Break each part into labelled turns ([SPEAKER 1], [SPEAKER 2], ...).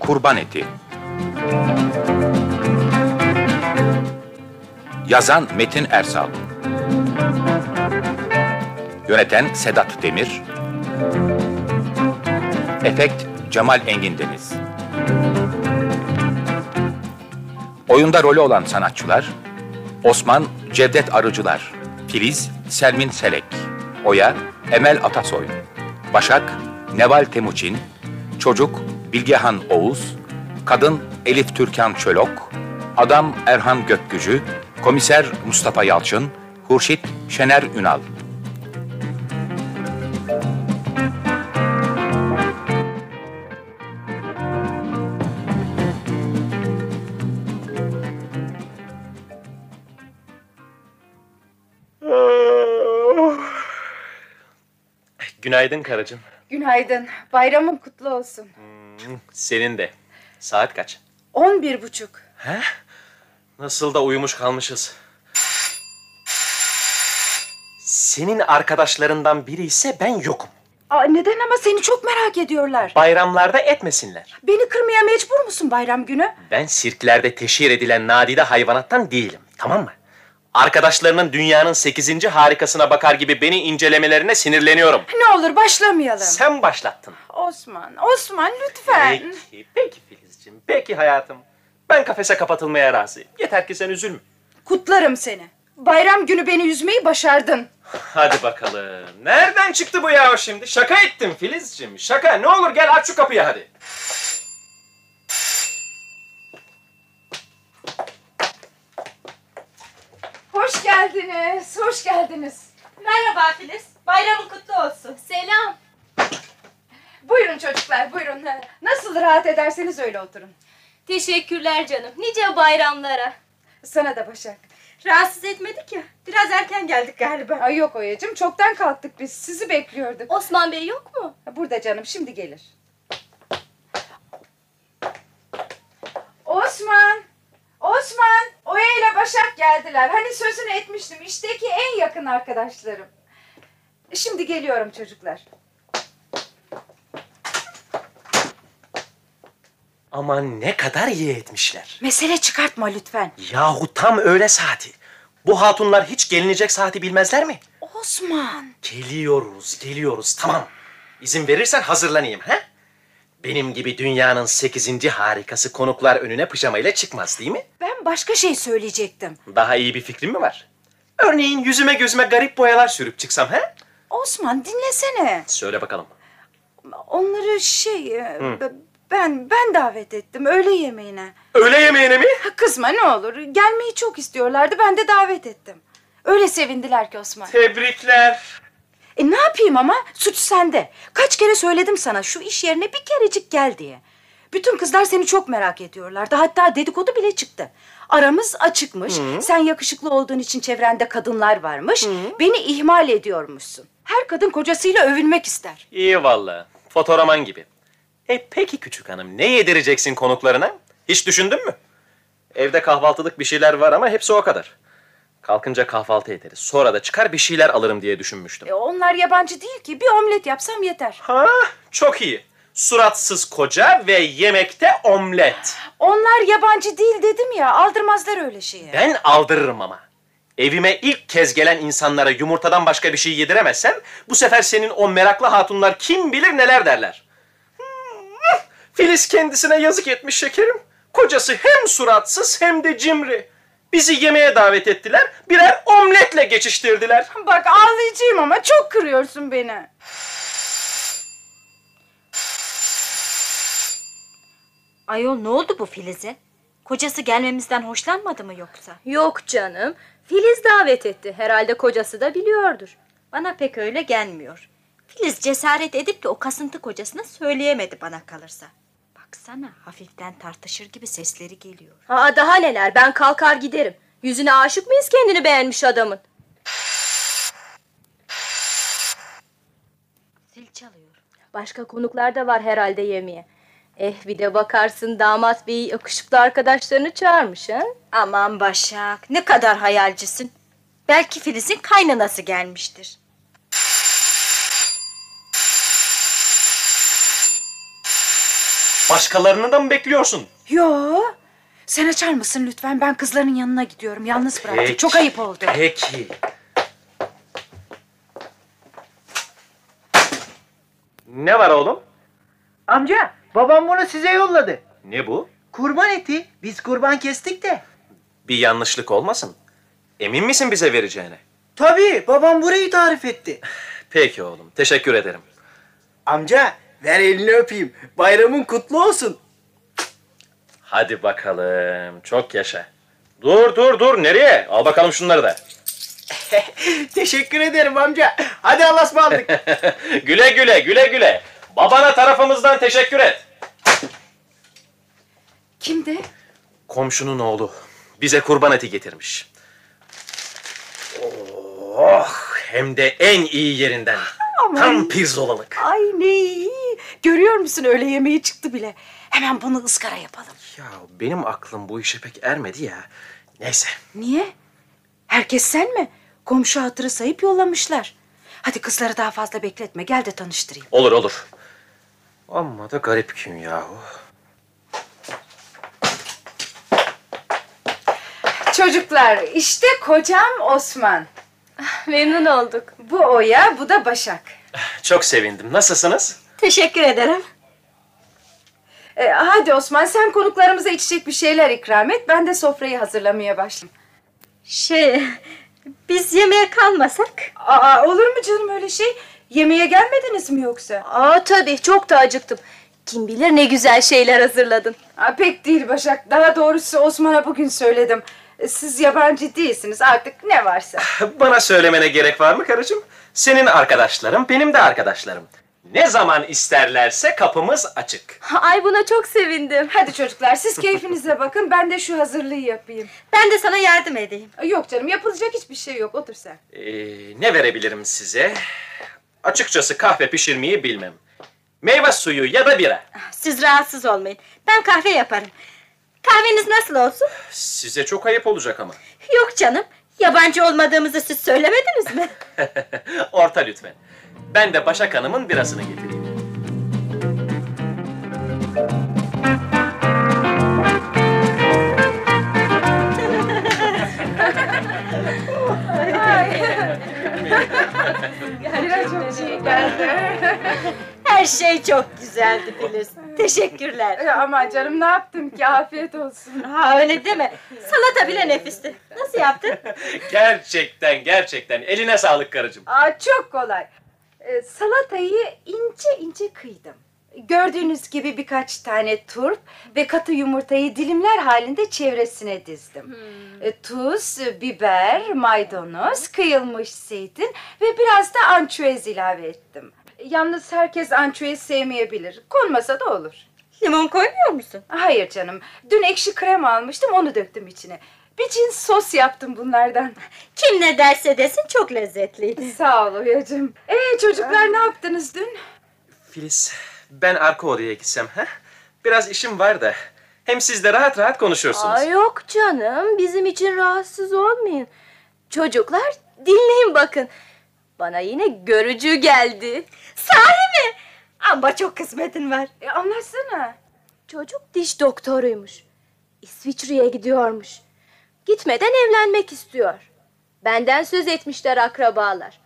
[SPEAKER 1] kurban eti. Yazan Metin Ersal. Yöneten Sedat Demir. Efekt Cemal Engin Deniz. Oyunda rolü olan sanatçılar Osman Cevdet Arıcılar, Filiz Selmin Selek, Oya Emel Atasoy, Başak Neval Temuçin, Çocuk Bilgehan Oğuz, Kadın Elif Türkan Çölok, Adam Erhan Gökgücü, Komiser Mustafa Yalçın, Hurşit Şener Ünal.
[SPEAKER 2] Günaydın karıcığım.
[SPEAKER 3] Günaydın. Bayramın kutlu olsun.
[SPEAKER 2] Senin de. Saat kaç?
[SPEAKER 3] On bir buçuk.
[SPEAKER 2] Nasıl da uyumuş kalmışız. Senin arkadaşlarından biri ise ben yokum.
[SPEAKER 3] Aa, neden ama seni çok merak ediyorlar.
[SPEAKER 2] Bayramlarda etmesinler.
[SPEAKER 3] Beni kırmaya mecbur musun bayram günü?
[SPEAKER 2] Ben sirklerde teşhir edilen nadide hayvanattan değilim. Tamam mı? Arkadaşlarının dünyanın 8. harikasına bakar gibi beni incelemelerine sinirleniyorum.
[SPEAKER 3] Ne olur başlamayalım.
[SPEAKER 2] Sen başlattın.
[SPEAKER 3] Osman, Osman lütfen.
[SPEAKER 2] Peki, peki Filizciğim. Peki hayatım. Ben kafese kapatılmaya razıyım. Yeter ki sen üzülme.
[SPEAKER 3] Kutlarım seni. Bayram günü beni üzmeyi başardın.
[SPEAKER 2] Hadi bakalım. Nereden çıktı bu ya o şimdi? Şaka ettim Filizciğim. Şaka. Ne olur gel aç şu kapıyı hadi.
[SPEAKER 3] Hoş geldiniz, hoş geldiniz.
[SPEAKER 4] Merhaba Filiz. Bayramın kutlu olsun. Selam.
[SPEAKER 3] Buyurun çocuklar, buyurun. Nasıl rahat ederseniz öyle oturun.
[SPEAKER 4] Teşekkürler canım. Nice bayramlara.
[SPEAKER 3] Sana da Başak.
[SPEAKER 4] Rahatsız etmedik ya. Biraz erken geldik galiba.
[SPEAKER 3] Ay yok Oya'cığım, çoktan kalktık biz. Sizi bekliyorduk.
[SPEAKER 4] Osman Bey yok mu?
[SPEAKER 3] Burada canım şimdi gelir. Osman! Osman! Oya ile Başak geldiler. Hani sözünü etmiştim. İşteki en yakın arkadaşlarım. Şimdi geliyorum çocuklar.
[SPEAKER 2] Aman ne kadar iyi etmişler.
[SPEAKER 3] Mesele çıkartma lütfen.
[SPEAKER 2] Yahu tam öğle saati. Bu hatunlar hiç gelinecek saati bilmezler mi?
[SPEAKER 3] Osman!
[SPEAKER 2] Geliyoruz, geliyoruz. Tamam. İzin verirsen hazırlanayım. He? Benim gibi dünyanın 8. harikası konuklar önüne pijamayla çıkmaz değil mi?
[SPEAKER 3] Ben başka şey söyleyecektim.
[SPEAKER 2] Daha iyi bir fikrim mi var? Örneğin yüzüme gözüme garip boyalar sürüp çıksam he?
[SPEAKER 3] Osman dinlesene.
[SPEAKER 2] Söyle bakalım.
[SPEAKER 3] Onları şey... e, Ben ben davet ettim öğle yemeğine.
[SPEAKER 2] Öğle yemeğine mi?
[SPEAKER 3] Ha, Kızma ne olur. Gelmeyi çok istiyorlardı. Ben de davet ettim. Öyle sevindiler ki Osman.
[SPEAKER 2] Tebrikler.
[SPEAKER 3] E ne yapayım ama? Suç sende. Kaç kere söyledim sana şu iş yerine bir kerecik gel diye. Bütün kızlar seni çok merak ediyorlardı. Hatta dedikodu bile çıktı. Aramız açıkmış. Sen yakışıklı olduğun için çevrende kadınlar varmış. Beni ihmal ediyormuşsun. Her kadın kocasıyla övünmek ister.
[SPEAKER 2] İyi valla. Fotoğraman gibi. E peki küçük hanım ne yedireceksin konuklarına? Hiç düşündün mü? Evde kahvaltılık bir şeyler var ama hepsi o kadar. Kalkınca kahvaltı ederiz. Sonra da çıkar bir şeyler alırım diye düşünmüştüm.
[SPEAKER 3] E onlar yabancı değil ki. Bir omlet yapsam yeter.
[SPEAKER 2] Ha çok iyi. Suratsız koca ve yemekte omlet.
[SPEAKER 3] Onlar yabancı değil dedim ya. Aldırmazlar öyle şeyi.
[SPEAKER 2] Ben aldırırım ama. Evime ilk kez gelen insanlara yumurtadan başka bir şey yediremezsem bu sefer senin o meraklı hatunlar kim bilir neler derler. Hmm, Filiz kendisine yazık etmiş şekerim. Kocası hem suratsız hem de cimri. Bizi yemeğe davet ettiler, birer omletle geçiştirdiler.
[SPEAKER 3] Bak ağlayacağım ama çok kırıyorsun beni.
[SPEAKER 5] Ayol ne oldu bu Filiz'e? Kocası gelmemizden hoşlanmadı mı yoksa?
[SPEAKER 4] Yok canım. Filiz davet etti. Herhalde kocası da biliyordur. Bana pek öyle gelmiyor.
[SPEAKER 5] Filiz cesaret edip de o kasıntı kocasına söyleyemedi bana kalırsa. Baksana hafiften tartışır gibi sesleri geliyor.
[SPEAKER 4] Aa daha neler. Ben kalkar giderim. Yüzüne aşık mıyız kendini beğenmiş adamın?
[SPEAKER 5] Zil çalıyor.
[SPEAKER 4] Başka konuklar da var herhalde yemeğe. Eh bir de bakarsın damat bey yakışıklı arkadaşlarını çağırmış ha?
[SPEAKER 5] Aman Başak ne kadar hayalcisin. Belki Filiz'in kaynanası gelmiştir.
[SPEAKER 2] Başkalarını da mı bekliyorsun?
[SPEAKER 3] Yo. Sen açar mısın lütfen? Ben kızların yanına gidiyorum. Yalnız bıraktım.
[SPEAKER 2] Peki.
[SPEAKER 3] Çok ayıp oldu.
[SPEAKER 2] Peki. Ne var oğlum?
[SPEAKER 6] Amca, babam bunu size yolladı.
[SPEAKER 2] Ne bu?
[SPEAKER 6] Kurban eti. Biz kurban kestik de.
[SPEAKER 2] Bir yanlışlık olmasın. Emin misin bize vereceğine?
[SPEAKER 6] Tabii, babam burayı tarif etti.
[SPEAKER 2] Peki oğlum. Teşekkür ederim.
[SPEAKER 6] Amca, ver elini öpeyim. Bayramın kutlu olsun.
[SPEAKER 2] Hadi bakalım. Çok yaşa. Dur dur dur. Nereye? Al bakalım şunları da.
[SPEAKER 6] Teşekkür ederim amca. Hadi Allah'a ısmarladık.
[SPEAKER 2] güle güle güle güle. Babana tarafımızdan teşekkür et.
[SPEAKER 3] Kimdi?
[SPEAKER 2] Komşunun oğlu bize kurban eti getirmiş. Oh, hem de en iyi yerinden. Tam pirzolalık.
[SPEAKER 3] Ay ne iyi. Görüyor musun öyle yemeği çıktı bile. Hemen bunu ızgara yapalım.
[SPEAKER 2] Ya benim aklım bu işe pek ermedi ya. Neyse.
[SPEAKER 3] Niye? Herkes sen mi? Komşu hatırı sayıp yollamışlar. Hadi kızları daha fazla bekletme. Gel de tanıştırayım.
[SPEAKER 2] Olur olur. Amma da garip gün yahu.
[SPEAKER 3] Çocuklar işte kocam Osman.
[SPEAKER 4] Memnun olduk.
[SPEAKER 3] Bu Oya, bu da Başak.
[SPEAKER 2] Çok sevindim. Nasılsınız?
[SPEAKER 5] Teşekkür ederim.
[SPEAKER 3] Ee, hadi Osman sen konuklarımıza içecek bir şeyler ikram et. Ben de sofrayı hazırlamaya başlayayım.
[SPEAKER 5] Şey, biz yemeğe kalmasak?
[SPEAKER 3] Aa, olur mu canım öyle şey? Yemeğe gelmediniz mi yoksa?
[SPEAKER 4] Aa tabii çok da acıktım. Kim bilir ne güzel şeyler hazırladın.
[SPEAKER 3] Aa, pek değil Başak. Daha doğrusu Osman'a bugün söyledim. E, Siz yabancı değilsiniz artık ne varsa.
[SPEAKER 2] Bana söylemene gerek var mı karıcığım? Senin arkadaşlarım, benim de arkadaşlarım. Ne zaman isterlerse kapımız açık.
[SPEAKER 4] Ay buna çok sevindim.
[SPEAKER 3] Hadi çocuklar siz keyfinize bakın ben de şu hazırlığı yapayım.
[SPEAKER 5] Ben de sana yardım edeyim.
[SPEAKER 3] Yok canım yapılacak hiçbir şey yok otur sen.
[SPEAKER 2] Ee, ne verebilirim size? Açıkçası kahve pişirmeyi bilmem. Meyve suyu ya da bira.
[SPEAKER 5] Siz rahatsız olmayın. Ben kahve yaparım. Kahveniz nasıl olsun?
[SPEAKER 2] Size çok ayıp olacak ama.
[SPEAKER 5] Yok canım. Yabancı olmadığımızı siz söylemediniz mi?
[SPEAKER 2] Orta lütfen. Ben de Başak Hanım'ın birasını getireyim.
[SPEAKER 5] Her şey çok güzeldi Filiz. Teşekkürler.
[SPEAKER 3] Ama canım ne yaptım ki afiyet olsun.
[SPEAKER 5] Ha öyle deme. Salata bile nefisti. Nasıl yaptın?
[SPEAKER 2] Gerçekten gerçekten eline sağlık karıcığım.
[SPEAKER 3] Aa, çok kolay. Ee, salatayı ince ince kıydım. Gördüğünüz gibi birkaç tane turp ve katı yumurtayı dilimler halinde çevresine dizdim. Ee, Tuz, biber, maydanoz, kıyılmış zeytin ve biraz da ançüez ilave ettim. Yalnız herkes ançüez sevmeyebilir. Konmasa da olur.
[SPEAKER 5] Limon koymuyor musun?
[SPEAKER 3] Hayır canım. Dün ekşi krem almıştım onu döktüm içine. Bir cins sos yaptım bunlardan.
[SPEAKER 5] Kim ne derse desin çok lezzetliydi.
[SPEAKER 3] Sağ ol Oya'cığım. Ee çocuklar ne yaptınız dün?
[SPEAKER 2] Filiz, ben arka odaya gitsem ha? Biraz işim var da. Hem siz de rahat rahat konuşuyorsunuz.
[SPEAKER 4] Aa, yok canım bizim için rahatsız olmayın. Çocuklar dinleyin bakın. Bana yine görücü geldi.
[SPEAKER 5] Sahi mi? Ama çok kısmetin var.
[SPEAKER 3] E, anlatsana.
[SPEAKER 4] Çocuk diş doktoruymuş. İsviçre'ye gidiyormuş. Gitmeden evlenmek istiyor. Benden söz etmişler akrabalar.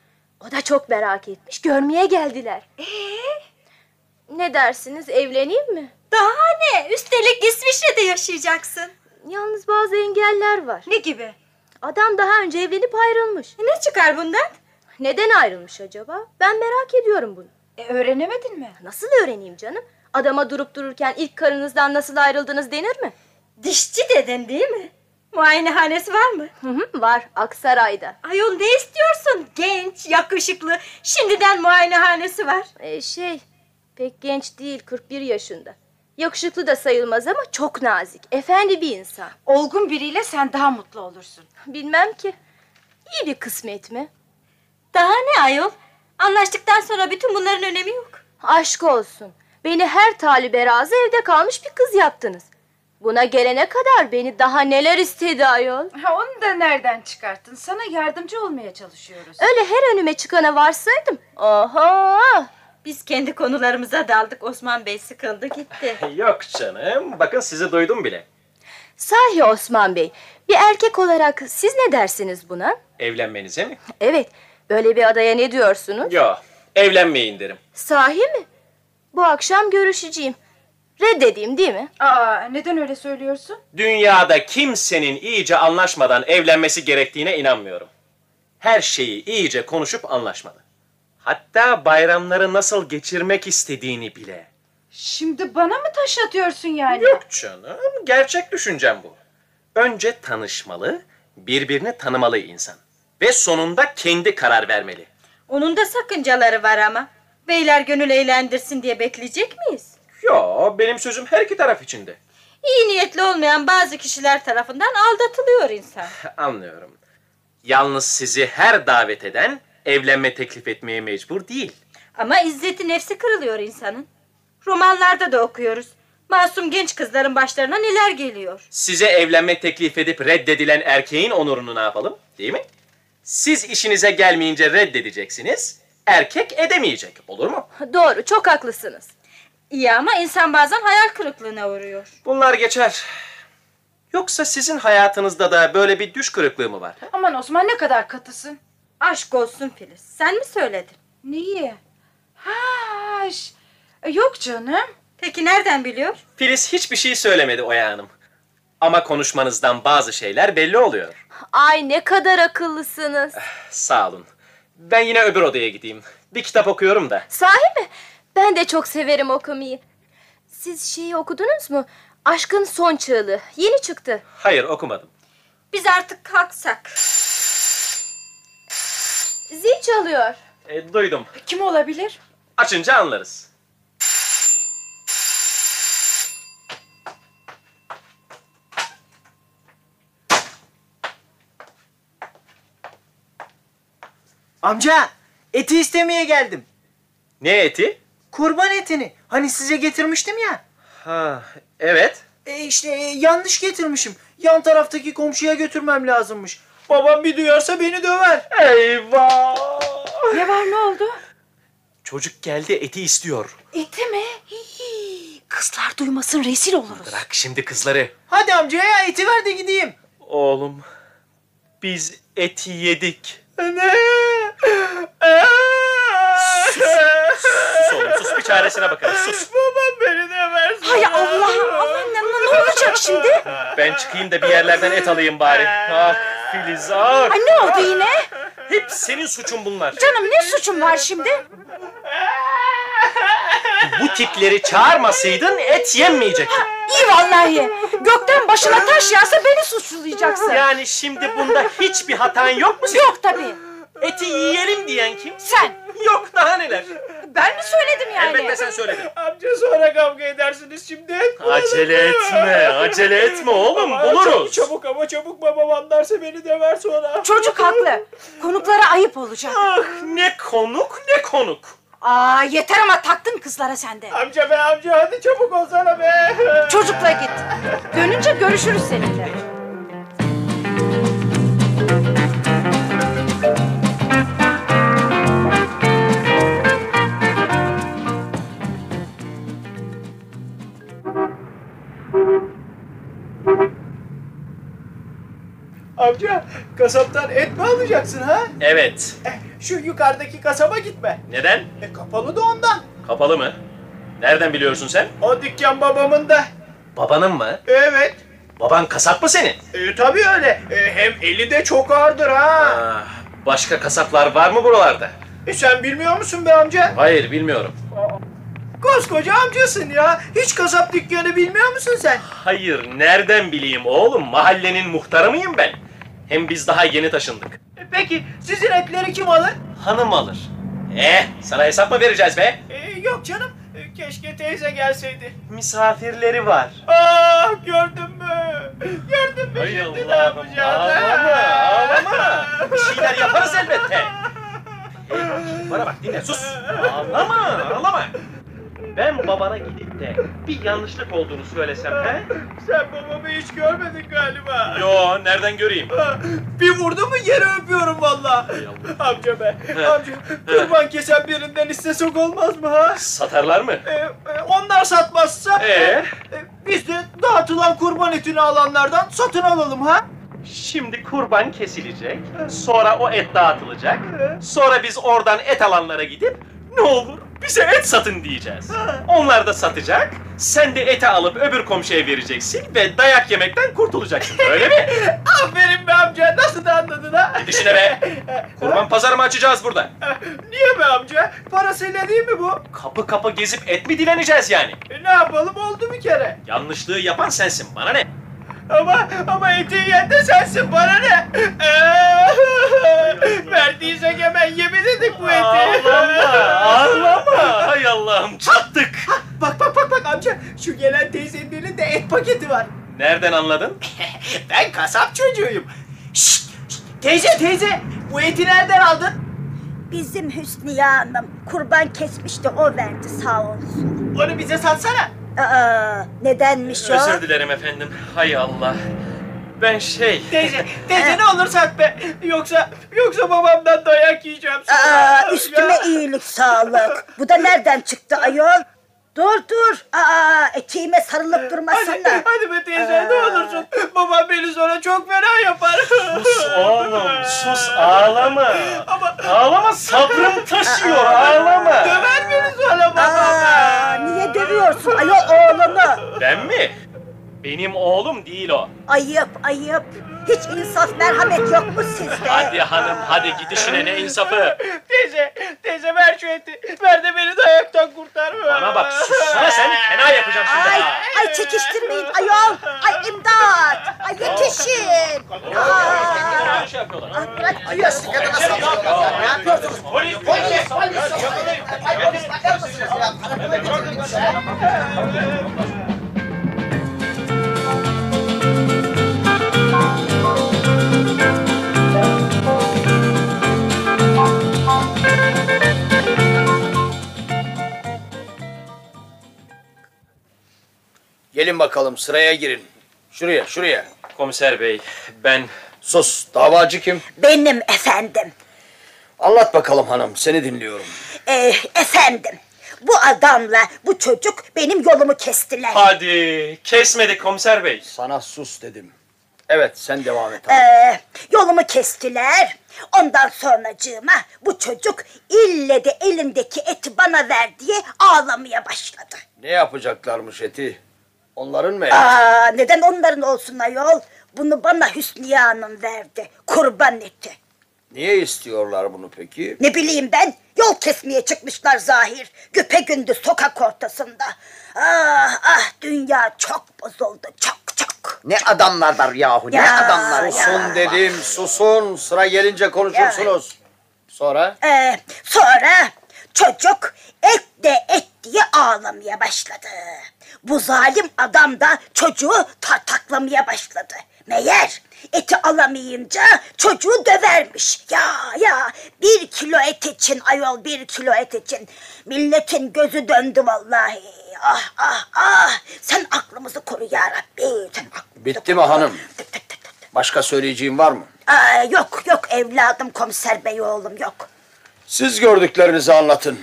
[SPEAKER 4] O da çok merak etmiş. Görmeye geldiler.
[SPEAKER 5] Ee?
[SPEAKER 4] Ne dersiniz evleneyim mi?
[SPEAKER 5] Daha ne? Üstelik İsviçre'de yaşayacaksın.
[SPEAKER 4] Yalnız bazı engeller var.
[SPEAKER 5] Ne gibi?
[SPEAKER 4] Adam daha önce evlenip ayrılmış.
[SPEAKER 5] Ne çıkar bundan?
[SPEAKER 4] Neden ayrılmış acaba? Ben merak ediyorum bunu.
[SPEAKER 3] E, öğrenemedin mi?
[SPEAKER 4] Nasıl öğreneyim canım? Adama durup dururken ilk karınızdan nasıl ayrıldınız denir mi?
[SPEAKER 5] Dişçi dedin değil mi? Muayenehanesi var mı?
[SPEAKER 4] Hı hı, var Aksaray'da.
[SPEAKER 5] Ayol ne istiyorsun? Genç, yakışıklı, şimdiden muayenehanesi var.
[SPEAKER 4] Ee, şey pek genç değil 41 yaşında. Yakışıklı da sayılmaz ama çok nazik. Efendi bir insan.
[SPEAKER 3] Olgun biriyle sen daha mutlu olursun.
[SPEAKER 4] Bilmem ki. İyi bir kısmet mi?
[SPEAKER 5] Daha ne ayol? Anlaştıktan sonra bütün bunların önemi yok.
[SPEAKER 4] Aşk olsun. Beni her talibe razı evde kalmış bir kız yaptınız. Buna gelene kadar beni daha neler istedi ayol.
[SPEAKER 3] Ha, onu da nereden çıkarttın? Sana yardımcı olmaya çalışıyoruz.
[SPEAKER 4] Öyle her önüme çıkana varsaydım. Oho!
[SPEAKER 5] Biz kendi konularımıza daldık. Osman Bey sıkıldı gitti.
[SPEAKER 2] Yok canım. Bakın sizi duydum bile.
[SPEAKER 4] Sahi Osman Bey, bir erkek olarak siz ne dersiniz buna?
[SPEAKER 2] Evlenmenize mi?
[SPEAKER 4] Evet, böyle bir adaya ne diyorsunuz?
[SPEAKER 2] Yok. Evlenmeyin derim.
[SPEAKER 4] Sahi mi? Bu akşam görüşeceğim. Reddedeyim değil mi?
[SPEAKER 3] Aa, neden öyle söylüyorsun?
[SPEAKER 2] Dünyada kimsenin iyice anlaşmadan evlenmesi gerektiğine inanmıyorum. Her şeyi iyice konuşup anlaşmalı. Hatta bayramları nasıl geçirmek istediğini bile.
[SPEAKER 3] Şimdi bana mı taş atıyorsun yani?
[SPEAKER 2] Yok canım, gerçek düşüncem bu. Önce tanışmalı, birbirini tanımalı insan. Ve sonunda kendi karar vermeli.
[SPEAKER 5] Onun da sakıncaları var ama. Beyler gönül eğlendirsin diye bekleyecek miyiz?
[SPEAKER 2] Ya benim sözüm her iki taraf içinde.
[SPEAKER 5] İyi niyetli olmayan bazı kişiler tarafından aldatılıyor insan.
[SPEAKER 2] Anlıyorum. Yalnız sizi her davet eden evlenme teklif etmeye mecbur değil.
[SPEAKER 5] Ama izzeti nefsi kırılıyor insanın. Romanlarda da okuyoruz. Masum genç kızların başlarına neler geliyor.
[SPEAKER 2] Size evlenme teklif edip reddedilen erkeğin onurunu ne yapalım? Değil mi? Siz işinize gelmeyince reddedeceksiniz. Erkek edemeyecek. Olur mu?
[SPEAKER 4] Doğru, çok haklısınız.
[SPEAKER 5] İyi ama insan bazen hayal kırıklığına uğruyor.
[SPEAKER 2] Bunlar geçer. Yoksa sizin hayatınızda da böyle bir düş kırıklığı mı var?
[SPEAKER 3] Aman Osman ne kadar katısın.
[SPEAKER 5] Aşk olsun Filiz. Sen mi söyledin?
[SPEAKER 3] Neyi? Ha, ş- e, yok canım.
[SPEAKER 5] Peki nereden biliyor?
[SPEAKER 2] Filiz hiçbir şey söylemedi Oya Hanım. Ama konuşmanızdan bazı şeyler belli oluyor.
[SPEAKER 4] Ay ne kadar akıllısınız.
[SPEAKER 2] Sağ olun. Ben yine öbür odaya gideyim. Bir kitap okuyorum da.
[SPEAKER 4] Sahi mi? Ben de çok severim okumayı. Siz şeyi okudunuz mu? Aşkın Son Çığlığı. Yeni çıktı.
[SPEAKER 2] Hayır okumadım.
[SPEAKER 5] Biz artık kalksak.
[SPEAKER 4] Zil çalıyor.
[SPEAKER 2] E, duydum.
[SPEAKER 3] Kim olabilir?
[SPEAKER 2] Açınca anlarız.
[SPEAKER 6] Amca eti istemeye geldim.
[SPEAKER 2] Ne eti?
[SPEAKER 6] Kurban etini. Hani size getirmiştim ya.
[SPEAKER 2] Ha, evet.
[SPEAKER 6] E işte e, yanlış getirmişim. Yan taraftaki komşuya götürmem lazımmış. Babam bir duyarsa beni döver.
[SPEAKER 2] Eyvah!
[SPEAKER 3] Ne var ne oldu?
[SPEAKER 2] Çocuk geldi eti istiyor.
[SPEAKER 3] Eti mi? Hii, kızlar duymasın rezil oluruz.
[SPEAKER 2] Bırak şimdi kızları.
[SPEAKER 6] Hadi amca ya eti ver de gideyim.
[SPEAKER 2] Oğlum, biz eti yedik.
[SPEAKER 6] Ne?
[SPEAKER 2] Sus oğlum sus bir çaresine bakarız sus.
[SPEAKER 6] Babam beni döver.
[SPEAKER 3] Hay Allah'ım Allah'ın yanına ne olacak şimdi?
[SPEAKER 2] Ben çıkayım da bir yerlerden et alayım bari. Ah Filiz ah.
[SPEAKER 3] Ay ne oldu yine?
[SPEAKER 2] Hep senin suçun bunlar.
[SPEAKER 3] Canım ne suçum var şimdi?
[SPEAKER 2] Bu tipleri çağırmasaydın et yenmeyecekti.
[SPEAKER 3] İyi vallahi. Gökten başına taş yağsa beni suçlayacaksın.
[SPEAKER 2] Yani şimdi bunda hiçbir hatan yok mu? senin?
[SPEAKER 3] Yok tabii.
[SPEAKER 2] Eti yiyelim diyen kim?
[SPEAKER 3] Sen.
[SPEAKER 2] Yok daha neler.
[SPEAKER 3] Ben mi söyledim yani?
[SPEAKER 2] Elbette sen söyledin.
[SPEAKER 6] Amca sonra kavga edersiniz şimdi. et bulalım.
[SPEAKER 2] Acele etme, acele etme oğlum
[SPEAKER 6] Ama
[SPEAKER 2] buluruz.
[SPEAKER 6] Çabuk, çabuk ama çabuk babam anlarsa beni döver sonra.
[SPEAKER 3] Çocuk haklı. Konuklara ayıp olacak.
[SPEAKER 2] Ah ne konuk ne konuk.
[SPEAKER 3] Aa yeter ama taktın kızlara sen de.
[SPEAKER 6] Amca be amca hadi çabuk olsana be.
[SPEAKER 3] Çocukla git. Dönünce görüşürüz seninle.
[SPEAKER 6] Amca kasaptan et mi alacaksın ha?
[SPEAKER 2] Evet.
[SPEAKER 6] Eh, Şu yukarıdaki kasaba gitme.
[SPEAKER 2] Neden?
[SPEAKER 6] E, kapalı da ondan.
[SPEAKER 2] Kapalı mı? Nereden biliyorsun sen?
[SPEAKER 6] O dükkan babamın da.
[SPEAKER 2] Babanın mı?
[SPEAKER 6] Evet.
[SPEAKER 2] Baban kasap mı senin?
[SPEAKER 6] E, tabii öyle. E, hem eli de çok ağırdır ha.
[SPEAKER 2] Ah, başka kasaplar var mı buralarda?
[SPEAKER 6] E, sen bilmiyor musun be amca?
[SPEAKER 2] Hayır bilmiyorum.
[SPEAKER 6] Koskoca amcasın ya. Hiç kasap dükkanı bilmiyor musun sen?
[SPEAKER 2] Hayır nereden bileyim oğlum? Mahallenin muhtarı mıyım ben? Hem biz daha yeni taşındık.
[SPEAKER 6] E, peki sizin etleri kim alır?
[SPEAKER 2] Hanım alır. Eh sana hesap mı vereceğiz be?
[SPEAKER 6] E, yok canım. E, keşke teyze gelseydi.
[SPEAKER 2] Misafirleri var.
[SPEAKER 6] Ah gördün mü? Gördün mü
[SPEAKER 2] Hay
[SPEAKER 6] şimdi ne
[SPEAKER 2] Allah'ım,
[SPEAKER 6] yapacağını?
[SPEAKER 2] ağlama, ağlama. Bir şeyler yaparız elbette. Hey, bana bak dinle sus. Ağlama ağlama. Ben babana gidip de bir yanlışlık olduğunu söylesem he?
[SPEAKER 6] Sen babamı hiç görmedin galiba.
[SPEAKER 2] Yo nereden göreyim?
[SPEAKER 6] Bir vurdu mu yere öpüyorum valla. Amca be, amca kurban kesen birinden istesek olmaz mı ha?
[SPEAKER 2] Satarlar mı?
[SPEAKER 6] Ee, e, onlar satmazsa
[SPEAKER 2] Ee?
[SPEAKER 6] e, biz de dağıtılan kurban etini alanlardan satın alalım ha?
[SPEAKER 2] Şimdi kurban kesilecek, sonra o et dağıtılacak, sonra biz oradan et alanlara gidip ne olur bize et satın diyeceğiz. Onlar da satacak, sen de eti alıp öbür komşuya vereceksin ve dayak yemekten kurtulacaksın öyle mi?
[SPEAKER 6] Aferin be amca nasıl da anladın ha? E,
[SPEAKER 2] Düşüne be! Kurban pazarı mı açacağız burada?
[SPEAKER 6] Niye be amca? Parasıyla değil mi bu?
[SPEAKER 2] Kapı kapı gezip et mi dileneceğiz yani?
[SPEAKER 6] E, ne yapalım oldu bir kere.
[SPEAKER 2] Yanlışlığı yapan sensin bana ne?
[SPEAKER 6] Ama ama eti yiyen de sensin bana ne? Verdiysek hemen yemedik bu eti.
[SPEAKER 2] Ağlama! Hay Allah'ım çattık!
[SPEAKER 6] Bak bak bak bak amca şu gelen teyzenin elinde et paketi var.
[SPEAKER 2] Nereden anladın?
[SPEAKER 6] Ben kasap çocuğuyum. Şşt, şşt, teyze teyze bu eti nereden aldın?
[SPEAKER 7] Bizim Hüsniye Hanım kurban kesmişti o verdi sağ olsun.
[SPEAKER 6] Onu bize satsana.
[SPEAKER 7] Aa, nedenmiş o?
[SPEAKER 2] Özür dilerim efendim. Hay Allah. Ben şey...
[SPEAKER 6] Teyze teyze ne olur sat be. Yoksa yoksa babamdan dayak yiyeceğim. sonra.
[SPEAKER 7] Aa, üstüme
[SPEAKER 6] Ya.
[SPEAKER 7] iyilik sağlık. Bu da nereden çıktı ayol? Dur dur. Aa, eteğime sarılıp
[SPEAKER 6] Hadi,
[SPEAKER 7] durmasana.
[SPEAKER 6] hadi be teyze ne olursun. Babam beni sonra çok fena yapar.
[SPEAKER 2] Sus oğlum, sus ağlama. Ağlama sabrım taşıyor, ağlama.
[SPEAKER 6] Döver beni sonra
[SPEAKER 7] Aa,
[SPEAKER 6] babam.
[SPEAKER 7] niye dövüyorsun ayol oğlunu?
[SPEAKER 2] Ben mi? Benim oğlum değil o.
[SPEAKER 7] Ayıp ayıp. Hiç insaf merhamet yok mu sizde?
[SPEAKER 2] Hadi hanım, hadi gidişine ne insafı.
[SPEAKER 6] Teyze, teyze ver şu eti. Ver de beni dayaktan kurtar.
[SPEAKER 2] Bana bak sussana sen fena yapacağım şimdi
[SPEAKER 7] Ay,
[SPEAKER 2] ha.
[SPEAKER 7] ay çekiştirmeyin ayol. Ay imdat. Ay yetişin. Aa.
[SPEAKER 2] Şey yapıyorlar.
[SPEAKER 8] Gelin bakalım sıraya girin. Şuraya şuraya.
[SPEAKER 2] Komiser bey, ben
[SPEAKER 8] Sus davacı kim?
[SPEAKER 7] Benim efendim.
[SPEAKER 8] Anlat bakalım hanım seni dinliyorum.
[SPEAKER 7] Ee, efendim. Bu adamla bu çocuk benim yolumu kestiler.
[SPEAKER 2] hadi kesmedik komiser bey.
[SPEAKER 8] Sana sus dedim. Evet sen devam et hanım.
[SPEAKER 7] Ee, yolumu kestiler. Ondan sonracığıma bu çocuk ille de elindeki eti bana ver diye ağlamaya başladı.
[SPEAKER 8] Ne yapacaklarmış eti? Onların mı? eti?
[SPEAKER 7] Aa, neden onların olsun ayol? Bunu bana Hüsniye Hanım verdi. Kurban eti.
[SPEAKER 8] Niye istiyorlar bunu peki?
[SPEAKER 7] Ne bileyim ben yol kesmeye çıkmışlar zahir. Güpe gündüz sokak ortasında. Ah ah dünya çok bozuldu çok çok.
[SPEAKER 9] Ne adamlar var yahu ne
[SPEAKER 7] Ya,
[SPEAKER 9] adamlar.
[SPEAKER 7] ya.
[SPEAKER 8] Susun dedim susun. Sıra gelince konuşursunuz. Sonra?
[SPEAKER 7] Ee, sonra çocuk et de et diye ağlamaya başladı. Bu zalim adam da çocuğu tartaklamaya başladı. Meğer eti alamayınca çocuğu dövermiş. Ya ya bir kilo et için ayol bir kilo et için. Milletin gözü döndü vallahi. Ah ah ah sen aklımızı koru ya Rabbi. Sen aklımızı
[SPEAKER 8] Bitti mi
[SPEAKER 7] koru.
[SPEAKER 8] hanım? Başka söyleyeceğim var mı?
[SPEAKER 7] Aa, yok yok evladım komiser bey oğlum yok.
[SPEAKER 8] Siz gördüklerinizi anlatın.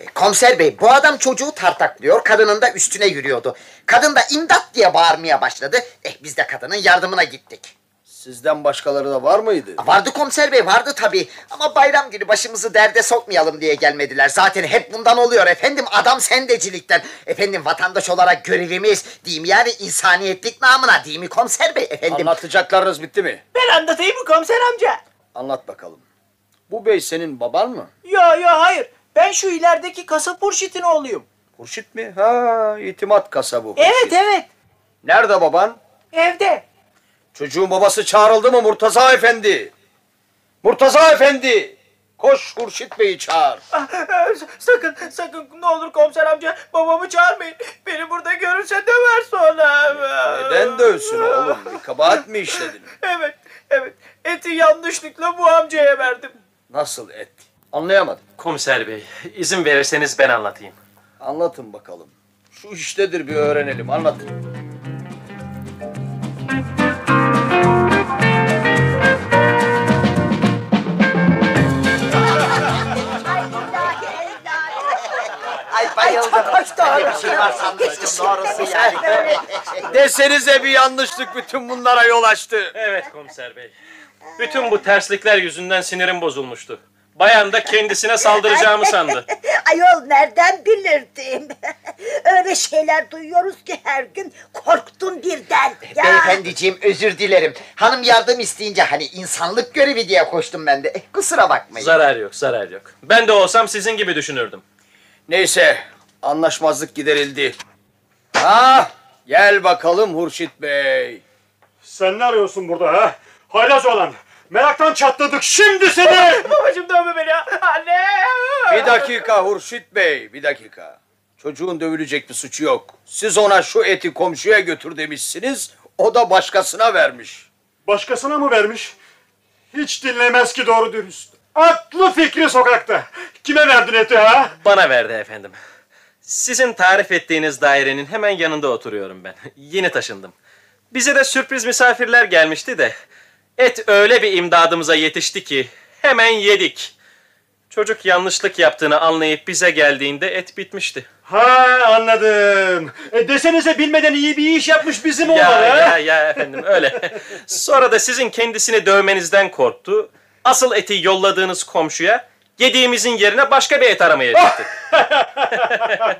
[SPEAKER 9] E, Komiser bey bu adam çocuğu tartaklıyor kadının da üstüne yürüyordu. Kadın da imdat diye bağırmaya başladı. Eh biz de kadının yardımına gittik.
[SPEAKER 8] Sizden başkaları da var mıydı?
[SPEAKER 9] Vardı komiser bey vardı tabii. Ama bayram günü başımızı derde sokmayalım diye gelmediler. Zaten hep bundan oluyor efendim adam sendecilikten. Efendim vatandaş olarak görevimiz diyeyim yani insaniyetlik namına değil mi komiser bey efendim?
[SPEAKER 8] Anlatacaklarınız bitti mi?
[SPEAKER 6] Ben anlatayım mı komiser amca?
[SPEAKER 8] Anlat bakalım. Bu bey senin baban mı?
[SPEAKER 6] Ya ya hayır. Ben şu ilerideki kasap Hurşit'in oğluyum.
[SPEAKER 8] Hurşit mi? Ha, itimat kasabı.
[SPEAKER 6] Evet evet.
[SPEAKER 8] Nerede baban?
[SPEAKER 6] Evde.
[SPEAKER 8] Çocuğun babası çağrıldı mı Murtaza Efendi? Murtaza Efendi! Koş Hurşit Bey'i çağır.
[SPEAKER 6] Ah, ah, Sakın sakın ne olur komiser amca babamı çağırmayın. Beni burada görürse döver sonra.
[SPEAKER 8] Neden dövsün oğlum? Bir kabahat mi işledin?
[SPEAKER 6] Evet evet. Eti yanlışlıkla bu amcaya verdim.
[SPEAKER 8] Nasıl et? Anlayamadım.
[SPEAKER 2] Komiser bey, izin verirseniz ben anlatayım.
[SPEAKER 8] Anlatın bakalım. Şu iştedir bir öğrenelim. Anlatın.
[SPEAKER 9] Ay bayıldım. Ay çok hoş doğru. Bir şey var sanmıştım doğrusu yani.
[SPEAKER 8] Desenize bir yanlışlık bütün bunlara yol açtı.
[SPEAKER 2] Evet komiser bey. Bütün bu terslikler yüzünden sinirim bozulmuştu. Bayan da kendisine saldıracağımı sandı.
[SPEAKER 7] Ayol nereden bilirdim? Öyle şeyler duyuyoruz ki her gün korktum birden. Ya.
[SPEAKER 9] Beyefendiciğim özür dilerim. Hanım yardım isteyince hani insanlık görevi diye koştum ben de. Eh, Kusura bakmayın.
[SPEAKER 2] Zarar yok, zarar yok. Ben de olsam sizin gibi düşünürdüm.
[SPEAKER 8] Neyse anlaşmazlık giderildi. Ha gel bakalım Hurşit Bey.
[SPEAKER 10] Sen ne arıyorsun burada ha? Haylaz olan. Meraktan çatladık şimdi seni.
[SPEAKER 6] Babacım dövme beni ya. Anne.
[SPEAKER 8] Bir dakika Hurşit Bey bir dakika. Çocuğun dövülecek bir suçu yok. Siz ona şu eti komşuya götür demişsiniz o da başkasına vermiş.
[SPEAKER 10] Başkasına mı vermiş? Hiç dinlemez ki doğru dürüst. Aklı fikri sokakta. Kime verdin eti ha?
[SPEAKER 2] Bana verdi efendim. Sizin tarif ettiğiniz dairenin hemen yanında oturuyorum ben. Yeni taşındım. Bize de sürpriz misafirler gelmişti de. Et öyle bir imdadımıza yetişti ki hemen yedik. Çocuk yanlışlık yaptığını anlayıp bize geldiğinde et bitmişti.
[SPEAKER 10] Ha anladım. E, desenize bilmeden iyi bir iş yapmış bizim oğlan
[SPEAKER 2] Ya
[SPEAKER 10] ha.
[SPEAKER 2] ya ya efendim öyle. Sonra da sizin kendisini dövmenizden korktu. Asıl eti yolladığınız komşuya yediğimizin yerine başka bir et aramaya gitti.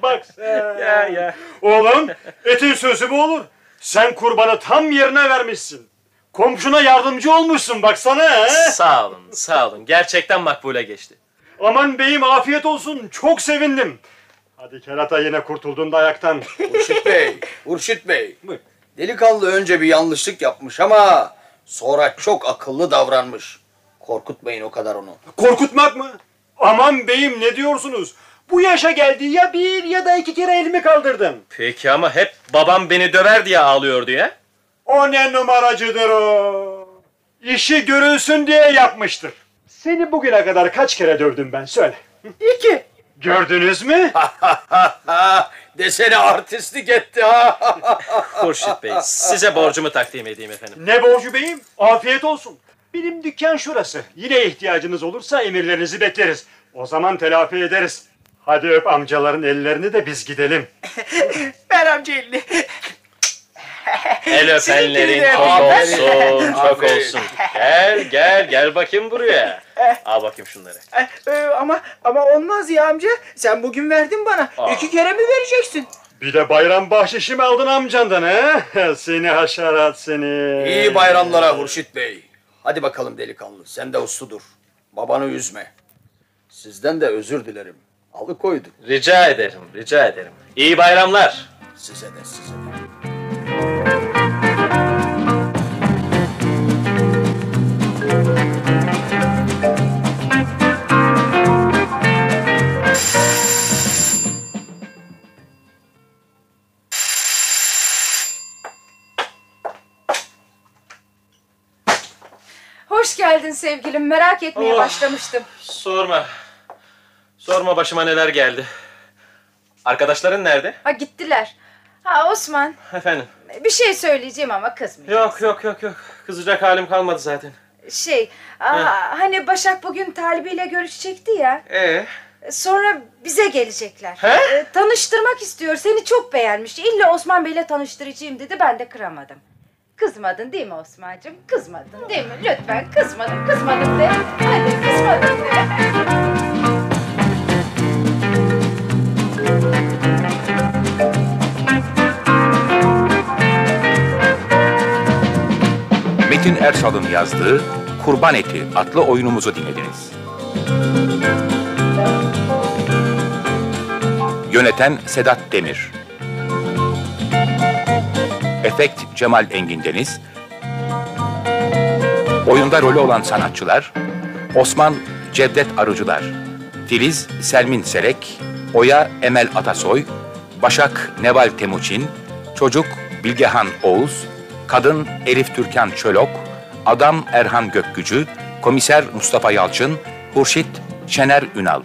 [SPEAKER 10] Bak sen.
[SPEAKER 2] ya ya.
[SPEAKER 10] Oğlum etin sözü bu olur. Sen kurbanı tam yerine vermişsin. Komşuna yardımcı olmuşsun baksana. ha?
[SPEAKER 2] Sağ olun, sağ olun. Gerçekten makbule geçti.
[SPEAKER 10] Aman beyim afiyet olsun. Çok sevindim. Hadi kerata yine kurtuldun da ayaktan.
[SPEAKER 8] Hurşit Bey, Hurşit Bey. Delikanlı önce bir yanlışlık yapmış ama sonra çok akıllı davranmış. Korkutmayın o kadar onu.
[SPEAKER 10] Korkutmak mı? Aman beyim ne diyorsunuz? Bu yaşa geldi ya bir ya da iki kere elimi kaldırdım.
[SPEAKER 2] Peki ama hep babam beni döver diye ağlıyordu ya.
[SPEAKER 10] O ne numaracıdır o? İşi görülsün diye yapmıştır. Seni bugüne kadar kaç kere dövdüm ben söyle. İki. Gördünüz mü?
[SPEAKER 8] Ha, desene artistlik etti ha.
[SPEAKER 2] Hurşit Bey, size borcumu takdim edeyim efendim.
[SPEAKER 10] Ne borcu beyim? Afiyet olsun. Benim dükkan şurası. Yine ihtiyacınız olursa emirlerinizi bekleriz. O zaman telafi ederiz. Hadi öp amcaların ellerini de biz gidelim.
[SPEAKER 6] Ver amca elini.
[SPEAKER 2] El öpenlerin
[SPEAKER 6] Sizinkini de
[SPEAKER 2] çok
[SPEAKER 6] aferin.
[SPEAKER 2] olsun, çok
[SPEAKER 8] Aferin.
[SPEAKER 2] olsun. Gel, gel, gel bakayım buraya. Al bakayım şunları.
[SPEAKER 6] Eh, eh, ama ama olmaz ya amca. Sen bugün verdin bana.
[SPEAKER 2] Aa.
[SPEAKER 6] İki kere mi vereceksin?
[SPEAKER 10] Bir de bayram bahşişimi aldın amcandan he? Seni haşerat seni.
[SPEAKER 8] İyi bayramlara Hurşit Bey. Hadi bakalım delikanlı, sen de usludur. Babanı üzme. Sizden de özür dilerim. Alıkoyduk
[SPEAKER 2] Rica ederim, rica ederim. İyi bayramlar.
[SPEAKER 8] size de size de.
[SPEAKER 3] Hoş geldin sevgilim. Merak etmeye
[SPEAKER 6] Oh.
[SPEAKER 3] başlamıştım.
[SPEAKER 2] Sorma. Sorma başıma neler geldi. Arkadaşların nerede?
[SPEAKER 3] Ha gittiler. Ha Osman
[SPEAKER 2] Efendim.
[SPEAKER 3] bir şey söyleyeceğim ama kızmayın.
[SPEAKER 2] Yok yok yok yok. Kızacak halim kalmadı zaten.
[SPEAKER 3] Şey aa, hani Başak bugün Talbi ile görüşecekti ya.
[SPEAKER 2] Ee?
[SPEAKER 3] Sonra bize gelecekler.
[SPEAKER 2] He?
[SPEAKER 3] Ee, tanıştırmak istiyor. Seni çok beğenmiş. İlla Osman Bey'le tanıştıracağım dedi. Ben de kıramadım. Kızmadın değil mi Osman'cığım? Kızmadın değil mi? Lütfen kızmadım, kızmadım de. Hadi kızmadım de.
[SPEAKER 1] Metin Ersal'ın yazdığı Kurban Eti adlı oyunumuzu dinlediniz. Yöneten Sedat Demir Efekt Cemal Engin Deniz Oyunda rolü olan sanatçılar Osman Cevdet Arıcılar Filiz Selmin Selek Oya Emel Atasoy Başak Neval Temuçin Çocuk Bilgehan Oğuz Kadın Elif Türkan Çölok Adam Erhan Gökgücü Komiser Mustafa Yalçın Hurşit Şener Ünal